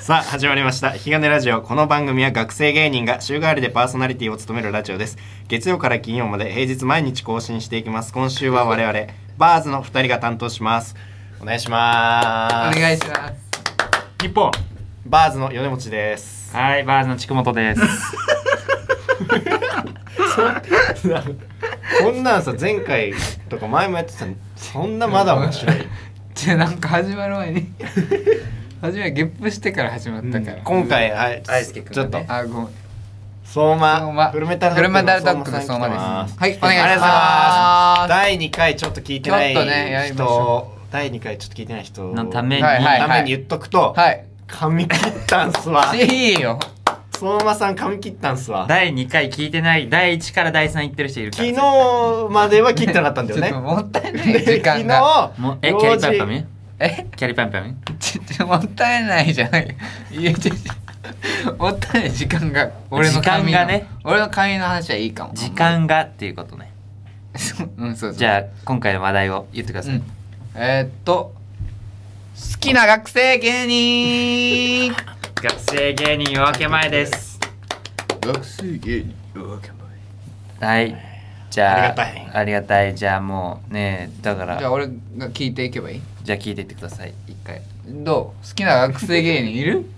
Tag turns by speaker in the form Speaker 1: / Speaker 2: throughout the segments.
Speaker 1: さあ始まりました「ひがねラジオ」この番組は学生芸人が週替わりでパーソナリティを務めるラジオです月曜から金曜まで平日毎日更新していきます今週は我々バーズの2人が担当しますお願いしま
Speaker 2: お
Speaker 1: す
Speaker 2: 願いします。
Speaker 3: 日本
Speaker 1: バーズの米持です
Speaker 3: はいバーズの近本です
Speaker 1: こんなんさ前回とか前もやってたのそんなまだ面白い
Speaker 2: じゃあなんか始まる前 に初めはゲップしてから始まったから。
Speaker 1: 今回はい
Speaker 4: 大輔君
Speaker 1: ちょ
Speaker 4: が
Speaker 1: っ
Speaker 4: ね
Speaker 1: と
Speaker 2: あごめん。
Speaker 1: 相
Speaker 2: 相
Speaker 1: 馬
Speaker 2: 馬
Speaker 1: フルメタルドッグ
Speaker 2: フルメタルドッグの
Speaker 1: 相馬さん来て
Speaker 2: 相馬ですはいお願いします
Speaker 1: ありがとうございます第2回ちょっと聞いてない
Speaker 2: ちょっとねやりましょ
Speaker 1: 人第2回ちょっと聞いてない人
Speaker 3: のために、
Speaker 2: はいはい
Speaker 1: ために言っとくと
Speaker 2: はい。
Speaker 1: 髪切ったんす わ
Speaker 2: いいよ。
Speaker 1: 相馬さん髪切ったんすわ
Speaker 3: 第2回聞いてない第1から第3行ってる人いるから
Speaker 1: 昨日までは切ってなかったん だよ
Speaker 2: ちょっと
Speaker 1: ね
Speaker 2: もったいない
Speaker 1: で
Speaker 2: 時
Speaker 1: 昨
Speaker 2: 間が。
Speaker 1: 日
Speaker 3: もうえキ
Speaker 1: 用
Speaker 3: ャリ
Speaker 1: 事
Speaker 3: パンパミ
Speaker 2: え
Speaker 3: キャリパンパミ
Speaker 2: ちょっともったいないじゃない。いやちょっともったいない時間が。俺の髪の
Speaker 3: 時間がね。
Speaker 2: 俺の髪の話はいいかも。
Speaker 3: 時。間がっていうことね
Speaker 2: うんそうそう。
Speaker 3: じゃあ今回の話題を言ってくだ
Speaker 2: う
Speaker 3: さい、
Speaker 2: ん。えーっと好きな学生芸 人。
Speaker 3: 学生芸人夜明け前です
Speaker 4: 学生芸人わけ
Speaker 3: はいじゃあ
Speaker 1: ありがたい
Speaker 3: ありがたいじゃあもうねだから
Speaker 2: じ
Speaker 3: じ
Speaker 2: ゃ
Speaker 3: ゃ
Speaker 2: あ俺が聞いていけばいい。
Speaker 3: あ聞いていってください一回
Speaker 2: どう好きな学生芸人いる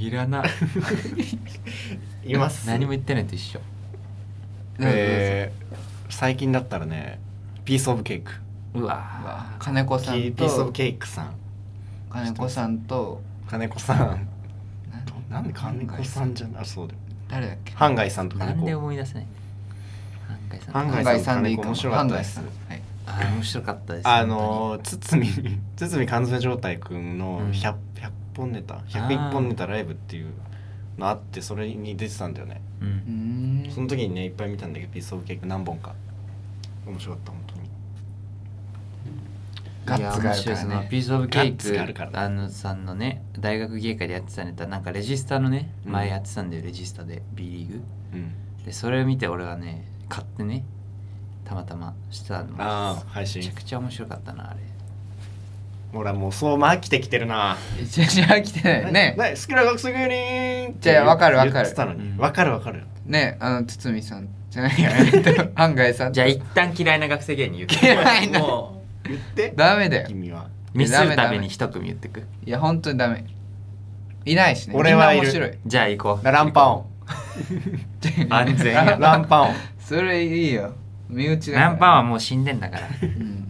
Speaker 3: いらない
Speaker 1: います
Speaker 3: 何も言ってないと一緒
Speaker 1: えー最近だったらねピースオブケーキ
Speaker 3: う
Speaker 2: う
Speaker 3: わ
Speaker 2: わ金子
Speaker 1: ピ
Speaker 2: さん
Speaker 1: ースオブ
Speaker 2: と
Speaker 1: ケーキさん
Speaker 2: 金子さんと
Speaker 1: 金子さん
Speaker 2: なん
Speaker 1: どなんで金子さんじゃなあそうだよ
Speaker 2: 誰だっけ
Speaker 1: ハンガイさんと
Speaker 3: なん
Speaker 1: 金
Speaker 3: で
Speaker 1: 子
Speaker 3: 思い出せないハンガイさん
Speaker 1: ハンガイさんと金子面白かったです
Speaker 2: ハンガイさんはい
Speaker 3: あー面白かったです
Speaker 1: あのー堤 堤缶詰状態くんの
Speaker 3: うん
Speaker 1: 100, 100本ネタ101本ネタライブっていうのあってそれに出てたんだよね
Speaker 3: 本当に
Speaker 2: うー
Speaker 1: そ
Speaker 2: ん
Speaker 1: の時にねいっぱい見たんだけどピースオブケーキ何本か面白かった本当に
Speaker 2: ガッツがあるか
Speaker 3: いや面白いで
Speaker 2: ら
Speaker 3: すね
Speaker 2: ね
Speaker 3: ピースオブケ
Speaker 1: ガッ
Speaker 3: ー
Speaker 1: ツがあるから
Speaker 3: キあのさんのね大学芸会でやってたネタなんかレジスタのね
Speaker 1: うん
Speaker 3: 前やってたんだよ、レジスタで B リーグ
Speaker 1: うん
Speaker 3: でそれを見て俺はね買ってねたまたましてたの
Speaker 1: ああ配
Speaker 3: めち
Speaker 1: 信
Speaker 3: ゃくちゃ面白かったなあれ
Speaker 1: ほらもう相馬飽きてきてるな
Speaker 2: じゃじゃ来てないね
Speaker 1: な好きな学生芸人って
Speaker 2: じゃあわかるわか
Speaker 1: 言
Speaker 2: る
Speaker 1: ってたのに
Speaker 3: うん
Speaker 1: わかるわかる
Speaker 2: ねあの堤さんじゃないや えっとハンガイさん
Speaker 3: じゃあ一旦嫌いな学生芸人言って
Speaker 2: 嫌いな
Speaker 3: もう
Speaker 1: 言って
Speaker 2: ダメだよ
Speaker 1: 君は
Speaker 3: ミスるために一組言ってく
Speaker 2: いや本当にダメいないしね
Speaker 1: 俺はいる
Speaker 2: みんな面
Speaker 3: じゃあ行こう
Speaker 1: ランパオ
Speaker 2: 白い
Speaker 3: 安全や
Speaker 1: ンランパオン
Speaker 2: それいいよ身内だから
Speaker 3: ナンパンはもう死んでんだから
Speaker 2: うん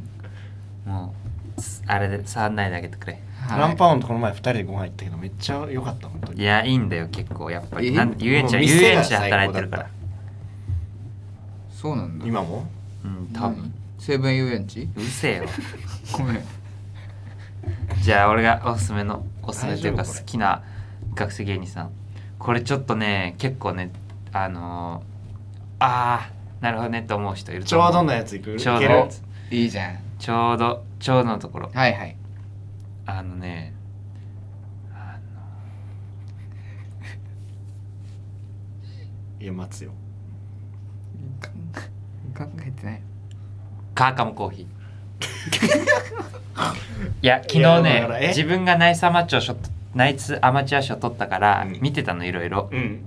Speaker 3: もうあれで触んないであげてくれ
Speaker 2: はい
Speaker 1: ランパオンとこの前2人でご飯行ったけどめっちゃ良かった本当に
Speaker 3: いやいいんだよ結構やっぱり
Speaker 2: え
Speaker 3: なん遊園地は
Speaker 1: もう
Speaker 3: 遊
Speaker 1: 店が
Speaker 3: 園地で働いてるから
Speaker 2: そうなんだ
Speaker 1: 今も
Speaker 3: うん多分
Speaker 2: 西武遊園地
Speaker 3: うるせえよ
Speaker 2: ごめん
Speaker 3: じゃあ俺がおすすめのおすすめというか
Speaker 1: 大丈夫これ
Speaker 3: 好きな学生芸人さんこれちょっとね結構ねあのー、あーなるほどねと思う人いる
Speaker 1: ち
Speaker 3: と思
Speaker 1: ょ
Speaker 3: う
Speaker 1: うどのやついく
Speaker 3: ちょう
Speaker 1: いけ
Speaker 3: ど
Speaker 1: る
Speaker 2: いいじゃん
Speaker 3: ちょうどちょうどのところ
Speaker 2: はいはい
Speaker 3: あのね
Speaker 1: いや待つよ
Speaker 2: 考えてない
Speaker 3: カーカムコ ーヒーいや昨
Speaker 1: いやだ
Speaker 3: 日
Speaker 1: からえ
Speaker 3: ね自分がナイスアマチュア賞ナイツアマチュア賞取ったから
Speaker 1: うん
Speaker 3: 見てたのいろいろ
Speaker 1: うん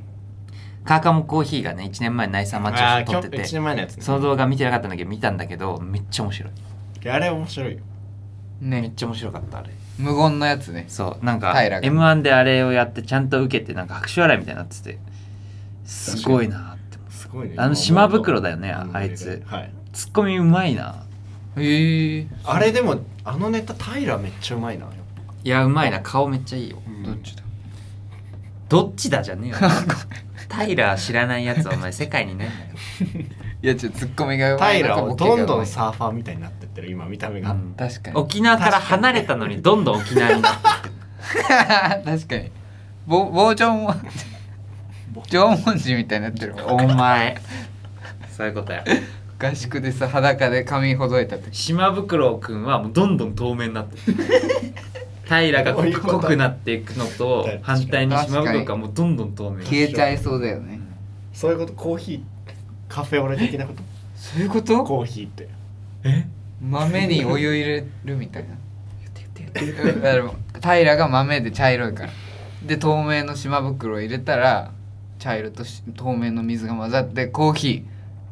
Speaker 3: カーカムコーヒーがね1年前ナイスアマチュア賞取って
Speaker 1: 1
Speaker 3: て
Speaker 1: 年前のやつね
Speaker 3: その動画見てなかったんだけど見たんだけどめっちゃ面白い
Speaker 1: いやあれ面白いよ
Speaker 3: めっ
Speaker 2: ね
Speaker 3: ちゃ面白かったあれ
Speaker 2: 無言のやつね
Speaker 3: そうなんか
Speaker 2: 平が
Speaker 3: m 1であれをやってちゃんと受けてなんか拍手笑いみたいになっててすごいなって思
Speaker 1: すごいね
Speaker 3: うあの島袋だよね
Speaker 1: 今
Speaker 3: あ
Speaker 1: 思うと
Speaker 3: あいつ
Speaker 1: はい
Speaker 3: ツッコミうまいな
Speaker 2: へえ
Speaker 1: あれでもあのネタ平めっちゃうまいな、
Speaker 3: いやうまいな顔めっちゃいいよ
Speaker 1: うん
Speaker 2: どっちだ
Speaker 3: どっちだじゃ ねえよタイラー知らないやつお前世界にいないんだよ
Speaker 2: いやちょっとツッコミがうまい
Speaker 1: 平
Speaker 2: な
Speaker 1: をどんどん
Speaker 2: ボケが
Speaker 1: サーファーみたいになってってる今見た目が、
Speaker 3: うん
Speaker 2: 確かに
Speaker 3: 沖縄から離れたのにどんどん沖縄 になってってる
Speaker 2: 確かにぼ傍聴も縄文人みたいになってる
Speaker 3: お前そういうことや
Speaker 2: 合宿でさ裸で髪ほどいた時
Speaker 3: 島袋くんはもうどんどん透明になって る平が
Speaker 1: どういうこと
Speaker 3: 濃くなっていくのと反対に島袋くんはもうどんどん透明
Speaker 2: 消えちゃいそうだよね
Speaker 1: そういうことコーヒーカフェオレ的な こと
Speaker 2: そういうこと
Speaker 1: コーヒーって
Speaker 2: 豆にお湯入れるみたいな
Speaker 3: 言って言って言っ
Speaker 2: だから平が豆で茶色いからで透明の島袋を入れたら茶色とし透明の水が混ざってコーヒ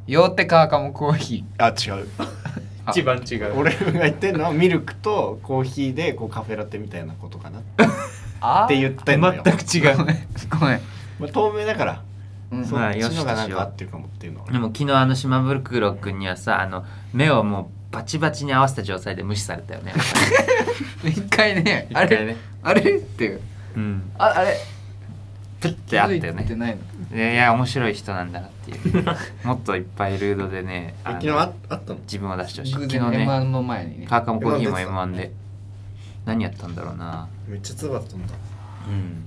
Speaker 2: ーよって川かもコーヒ
Speaker 1: あ違う
Speaker 3: 一番違う
Speaker 1: 俺が言ってんのはミルクとコーヒーでこうカフェラテみたいなことかなっ
Speaker 2: ー
Speaker 1: て言ってんのよ、
Speaker 3: 全く違う
Speaker 2: ごめん、
Speaker 1: まあ、透明だから、
Speaker 2: うん
Speaker 1: そっ
Speaker 3: まあ
Speaker 1: ち
Speaker 3: よしとしよ
Speaker 1: のが
Speaker 3: う
Speaker 1: なんか合ってるかもっていうのは
Speaker 3: でも昨日あの島袋くんにはさあの目をもうバチバチに合わせた状態で無視されたよね
Speaker 2: 一回ねあ
Speaker 3: 一
Speaker 2: れ
Speaker 3: 回ね
Speaker 2: あれっていう
Speaker 3: うん
Speaker 2: ああれ
Speaker 3: プッてあったよ
Speaker 2: 気づいて
Speaker 3: ね
Speaker 2: ないの
Speaker 3: いやいや面白い人なんだなっていうもっといっぱいルードでね
Speaker 1: え
Speaker 3: あの
Speaker 1: 昨日ああったの
Speaker 3: 自分を出してほしい
Speaker 2: 偶
Speaker 3: 昨
Speaker 2: 然
Speaker 3: 日
Speaker 2: M1
Speaker 3: ね
Speaker 2: の前にね
Speaker 3: 川上コーヒーも
Speaker 1: M1 出てた
Speaker 3: M1 で何やったんだろうな
Speaker 1: めっちゃ唾飛んだ
Speaker 3: うん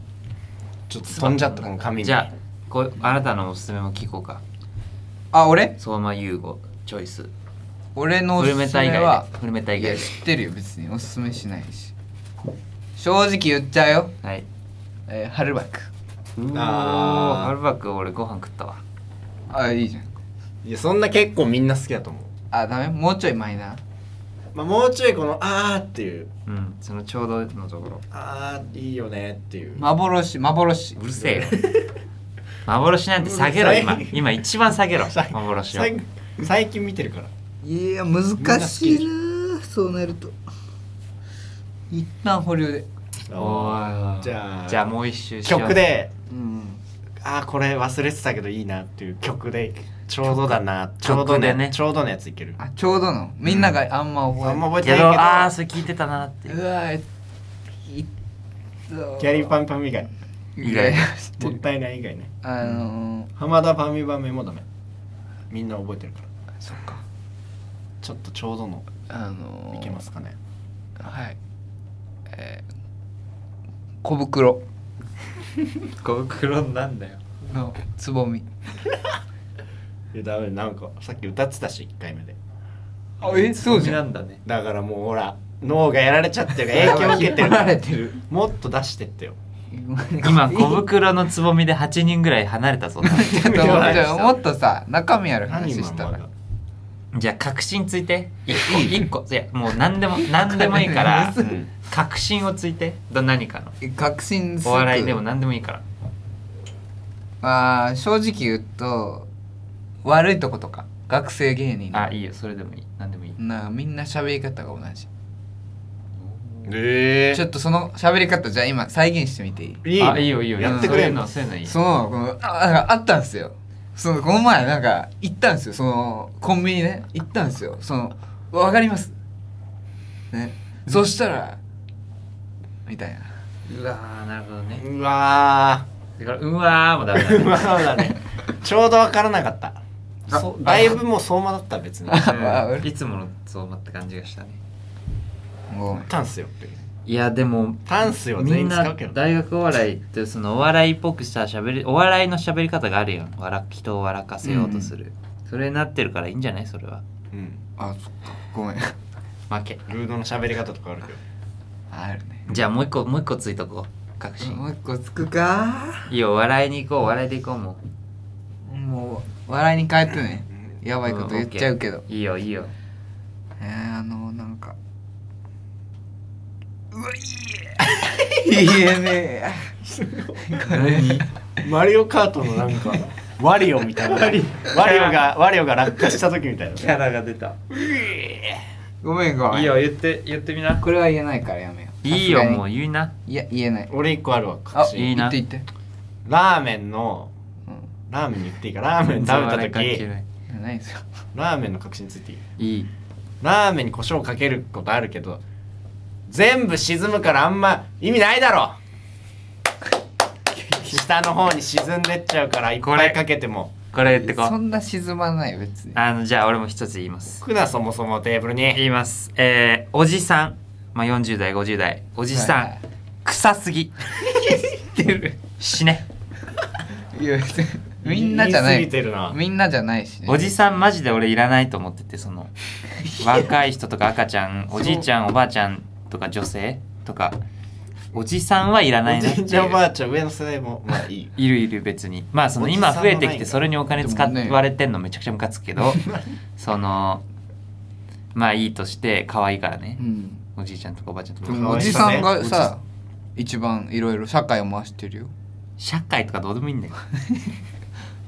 Speaker 1: ちょっと飛んじゃったかも髪に
Speaker 3: じゃあこうあなたのおすすめも聞こうか
Speaker 2: あ俺
Speaker 3: 相馬優吾チョイス
Speaker 2: 俺のお
Speaker 3: フル
Speaker 2: す
Speaker 3: メ
Speaker 2: す
Speaker 3: タ以
Speaker 2: めは
Speaker 3: 外でフルメタ以
Speaker 2: いや
Speaker 3: 外で
Speaker 2: 知ってるよ別におすすめしないし正直言っちゃうよ、
Speaker 3: はい
Speaker 2: えー、春バック
Speaker 3: うおー
Speaker 1: あー
Speaker 3: ハルバック俺ご飯食ったわ
Speaker 2: あいいじゃん
Speaker 1: いやそんな結構みんな好きだと思う、
Speaker 2: あダメもうちょいマイナー
Speaker 1: まあ、もうちょいこの「あー」っていう
Speaker 3: うんそのちょうどのところ
Speaker 1: 「あーいいよね」っていう、
Speaker 2: 幻幻
Speaker 3: うるせ えよ幻なんて下げろ今
Speaker 1: うるさい
Speaker 3: 今一番下げろ
Speaker 1: さ
Speaker 3: 幻を
Speaker 1: 最最近見てるから
Speaker 2: いや難なそうなると一旦保留で
Speaker 3: おー
Speaker 1: じゃあ
Speaker 3: じゃあもう一周しよう
Speaker 1: 曲で
Speaker 2: うん
Speaker 1: あーこれ忘れてたけどいいなっていう曲でちょうどだなちょうど
Speaker 3: 曲
Speaker 1: ね
Speaker 3: でね
Speaker 1: ちょうどのやついける
Speaker 2: あちょうどのみんながあんま覚え
Speaker 1: あんま覚えて
Speaker 3: け
Speaker 1: ないけ
Speaker 3: ど
Speaker 1: ど
Speaker 3: ああそれ聞いてたなっていう
Speaker 2: うわえいっ
Speaker 1: キャリーパ
Speaker 2: ン
Speaker 1: ンパン以外
Speaker 2: 以外
Speaker 1: もったいない以外ね
Speaker 2: あのー、
Speaker 1: 浜田パンミパンメもダメみんな覚えてるから
Speaker 2: そっか
Speaker 1: ちょっとちょうどの
Speaker 2: あのー、
Speaker 1: いけますかね
Speaker 2: はいえー、小袋
Speaker 3: 小袋なんだよ
Speaker 2: のつぼみ
Speaker 1: いやダメなんかさっき歌ってたし1回目で
Speaker 2: あえそうじゃん
Speaker 3: んだね
Speaker 1: だからもうほら脳がやられちゃってる から影響受けて
Speaker 2: 引
Speaker 1: る
Speaker 2: っ張られてる
Speaker 1: もっと出してってよ
Speaker 3: 今小袋のつぼみで8人ぐらい離れた そうだ
Speaker 2: ちょっともうちょっともっとさ中身ある
Speaker 1: 何
Speaker 2: 話
Speaker 1: 今
Speaker 2: し
Speaker 1: の
Speaker 2: たら
Speaker 1: は
Speaker 3: じゃあ確信ついて1個いやもう何でも何でもいい から
Speaker 2: う
Speaker 1: うん
Speaker 3: 確信をついてど何かの
Speaker 2: 確信す
Speaker 3: お
Speaker 2: る
Speaker 3: 笑いでも何でもいいから
Speaker 2: あー正直言うと悪いとことか学生芸人
Speaker 3: あいいよそれでもいい何でもいい
Speaker 2: なあみんな喋り方が同じ
Speaker 1: え
Speaker 2: ちょっとその喋り方じゃあ今再現してみていい
Speaker 1: いい
Speaker 3: あ
Speaker 1: の
Speaker 3: いいよいいよ
Speaker 1: やってくれ
Speaker 3: そうい
Speaker 1: ん
Speaker 3: う
Speaker 1: の
Speaker 3: のそういうのいい
Speaker 2: そのこのあなんかあったんですよそのこの前なんか行ったんですよそのコンビニね行ったんですよそのわかりますねそしたらみたいな
Speaker 3: うわーなるほどね
Speaker 1: うわ
Speaker 3: だからうわーもダメだ
Speaker 1: ーう
Speaker 3: ね
Speaker 1: わーだねちょうどわからなかったそだいぶもう相馬だった別に
Speaker 2: あわ
Speaker 3: いつもの相馬って感じがしたね
Speaker 2: ごめん
Speaker 1: タンスよって
Speaker 3: いやでも
Speaker 1: タンスよ全
Speaker 3: みん
Speaker 1: 員使
Speaker 3: な
Speaker 1: うけど
Speaker 3: 大学お笑いってそのお笑いっぽくした喋りお笑いの喋り方があるよ笑人を笑かせようとする、それになってるからいいんじゃないそれは
Speaker 1: うん
Speaker 2: あそっかごめん
Speaker 3: 負け
Speaker 1: ルードの喋り方とかあるけど
Speaker 2: あるね
Speaker 3: じゃあもう一個もう一個ついとこう確信
Speaker 2: もう一個つくか
Speaker 3: いいよ笑いに行こう笑いで行こうも
Speaker 2: もう笑いに変えてねや
Speaker 3: う
Speaker 2: ばいこと言っちゃうけど、
Speaker 3: んオッケーいいよいいよ
Speaker 2: えー、あのなんかうわいいえ言えね
Speaker 3: 何
Speaker 1: マリオカートのなんかワリオみたいなワリオがワリオが落下した時みたいな
Speaker 3: キャラが出た
Speaker 2: えごめんごめん
Speaker 3: いいよ言って言ってみな
Speaker 2: これは言えないからやめよう
Speaker 3: いいよもう
Speaker 2: う
Speaker 3: 言いない
Speaker 2: や言えない
Speaker 1: 俺一個あるわ
Speaker 2: あ
Speaker 1: 確信
Speaker 3: いいな
Speaker 2: 言って言って、
Speaker 1: ラーメンの
Speaker 2: う
Speaker 1: ラーメンに言っていいかラーメン食べた
Speaker 3: 全然笑い関係
Speaker 1: 時
Speaker 3: ない
Speaker 2: ん、ないですよ
Speaker 1: ラーメンの確信ついていい
Speaker 3: いい
Speaker 1: ラーメンに胡椒かけることあるけど全部沈むからあんま意味ないだろ下の方に沈んでっちゃうからいっぱいかけても
Speaker 3: これ言ってこ。
Speaker 2: そうんな沈まないよ別に
Speaker 3: あのじゃあ俺も一つ言います。
Speaker 1: くなそもそもテーブルに
Speaker 3: 言います。えー、おじさん、まあ40代50代、おじさん、
Speaker 2: はいはい
Speaker 3: 臭す ぎ。
Speaker 2: 言ってる
Speaker 3: 死ね。
Speaker 2: いや別にみんなじゃな
Speaker 1: 言
Speaker 2: い
Speaker 1: 過ぎてるな
Speaker 2: みんなじゃないし、ね、
Speaker 3: おじさんマジで俺いらないと思っててそ の若い人とか赤ちゃん、おじいちゃんおばあちゃんとか女性とかおじさんはいらない
Speaker 1: お
Speaker 3: なって
Speaker 1: じ
Speaker 3: い
Speaker 1: いちゃんおばあ
Speaker 3: う。
Speaker 1: ちゃん上の世代もまあいい
Speaker 3: いるいる別にまあその
Speaker 1: おじさん
Speaker 3: 今
Speaker 1: は
Speaker 3: 増えて
Speaker 1: な
Speaker 3: き
Speaker 1: いん
Speaker 3: て
Speaker 1: だ
Speaker 3: それにお金使
Speaker 2: でもね
Speaker 3: われてんのめちゃくちゃム カつくけどそのまあいいとして可愛いからね
Speaker 2: うん
Speaker 3: おじいちゃんとかおばあちゃんと
Speaker 2: で
Speaker 3: か
Speaker 2: もおじさんがさ一番いろいろ社会を回してるよ
Speaker 3: 社会とかどうでもいい んだよ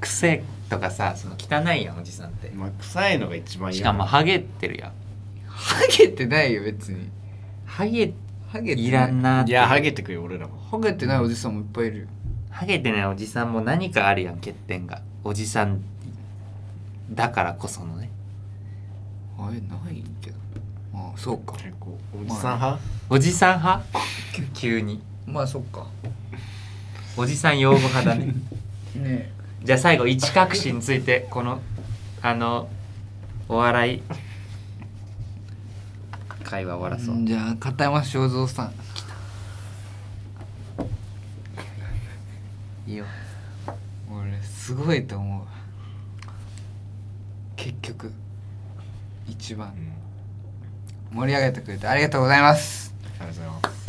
Speaker 3: 癖とかさその汚いやんおじさんって
Speaker 1: まあ、臭いのが一番いい
Speaker 3: しかもハゲってるやん
Speaker 2: ハゲてないよ別に
Speaker 3: ハゲ
Speaker 2: ハゲてない
Speaker 3: いらんなーっ
Speaker 1: い
Speaker 3: て
Speaker 1: やハゲてくよ俺らも
Speaker 2: ハゲてないおじさんもいっぱいいるよ
Speaker 3: ハゲてないおじさんも何かあるやん欠点がおじさんだからこそのね
Speaker 2: あれないけどまあそうか
Speaker 1: 結構おじさん派
Speaker 3: おじさ ん派急に
Speaker 2: まあそっか
Speaker 3: おじさん用語派 だね
Speaker 2: ね
Speaker 3: じゃあ最後一隠しについてこのあのお笑い会話終わらそう
Speaker 2: じゃあ片山正蔵さん
Speaker 3: いいよ
Speaker 2: 俺すごいと思うわ結局一番盛り上げてくれてありがとうございます
Speaker 1: ありがとうございます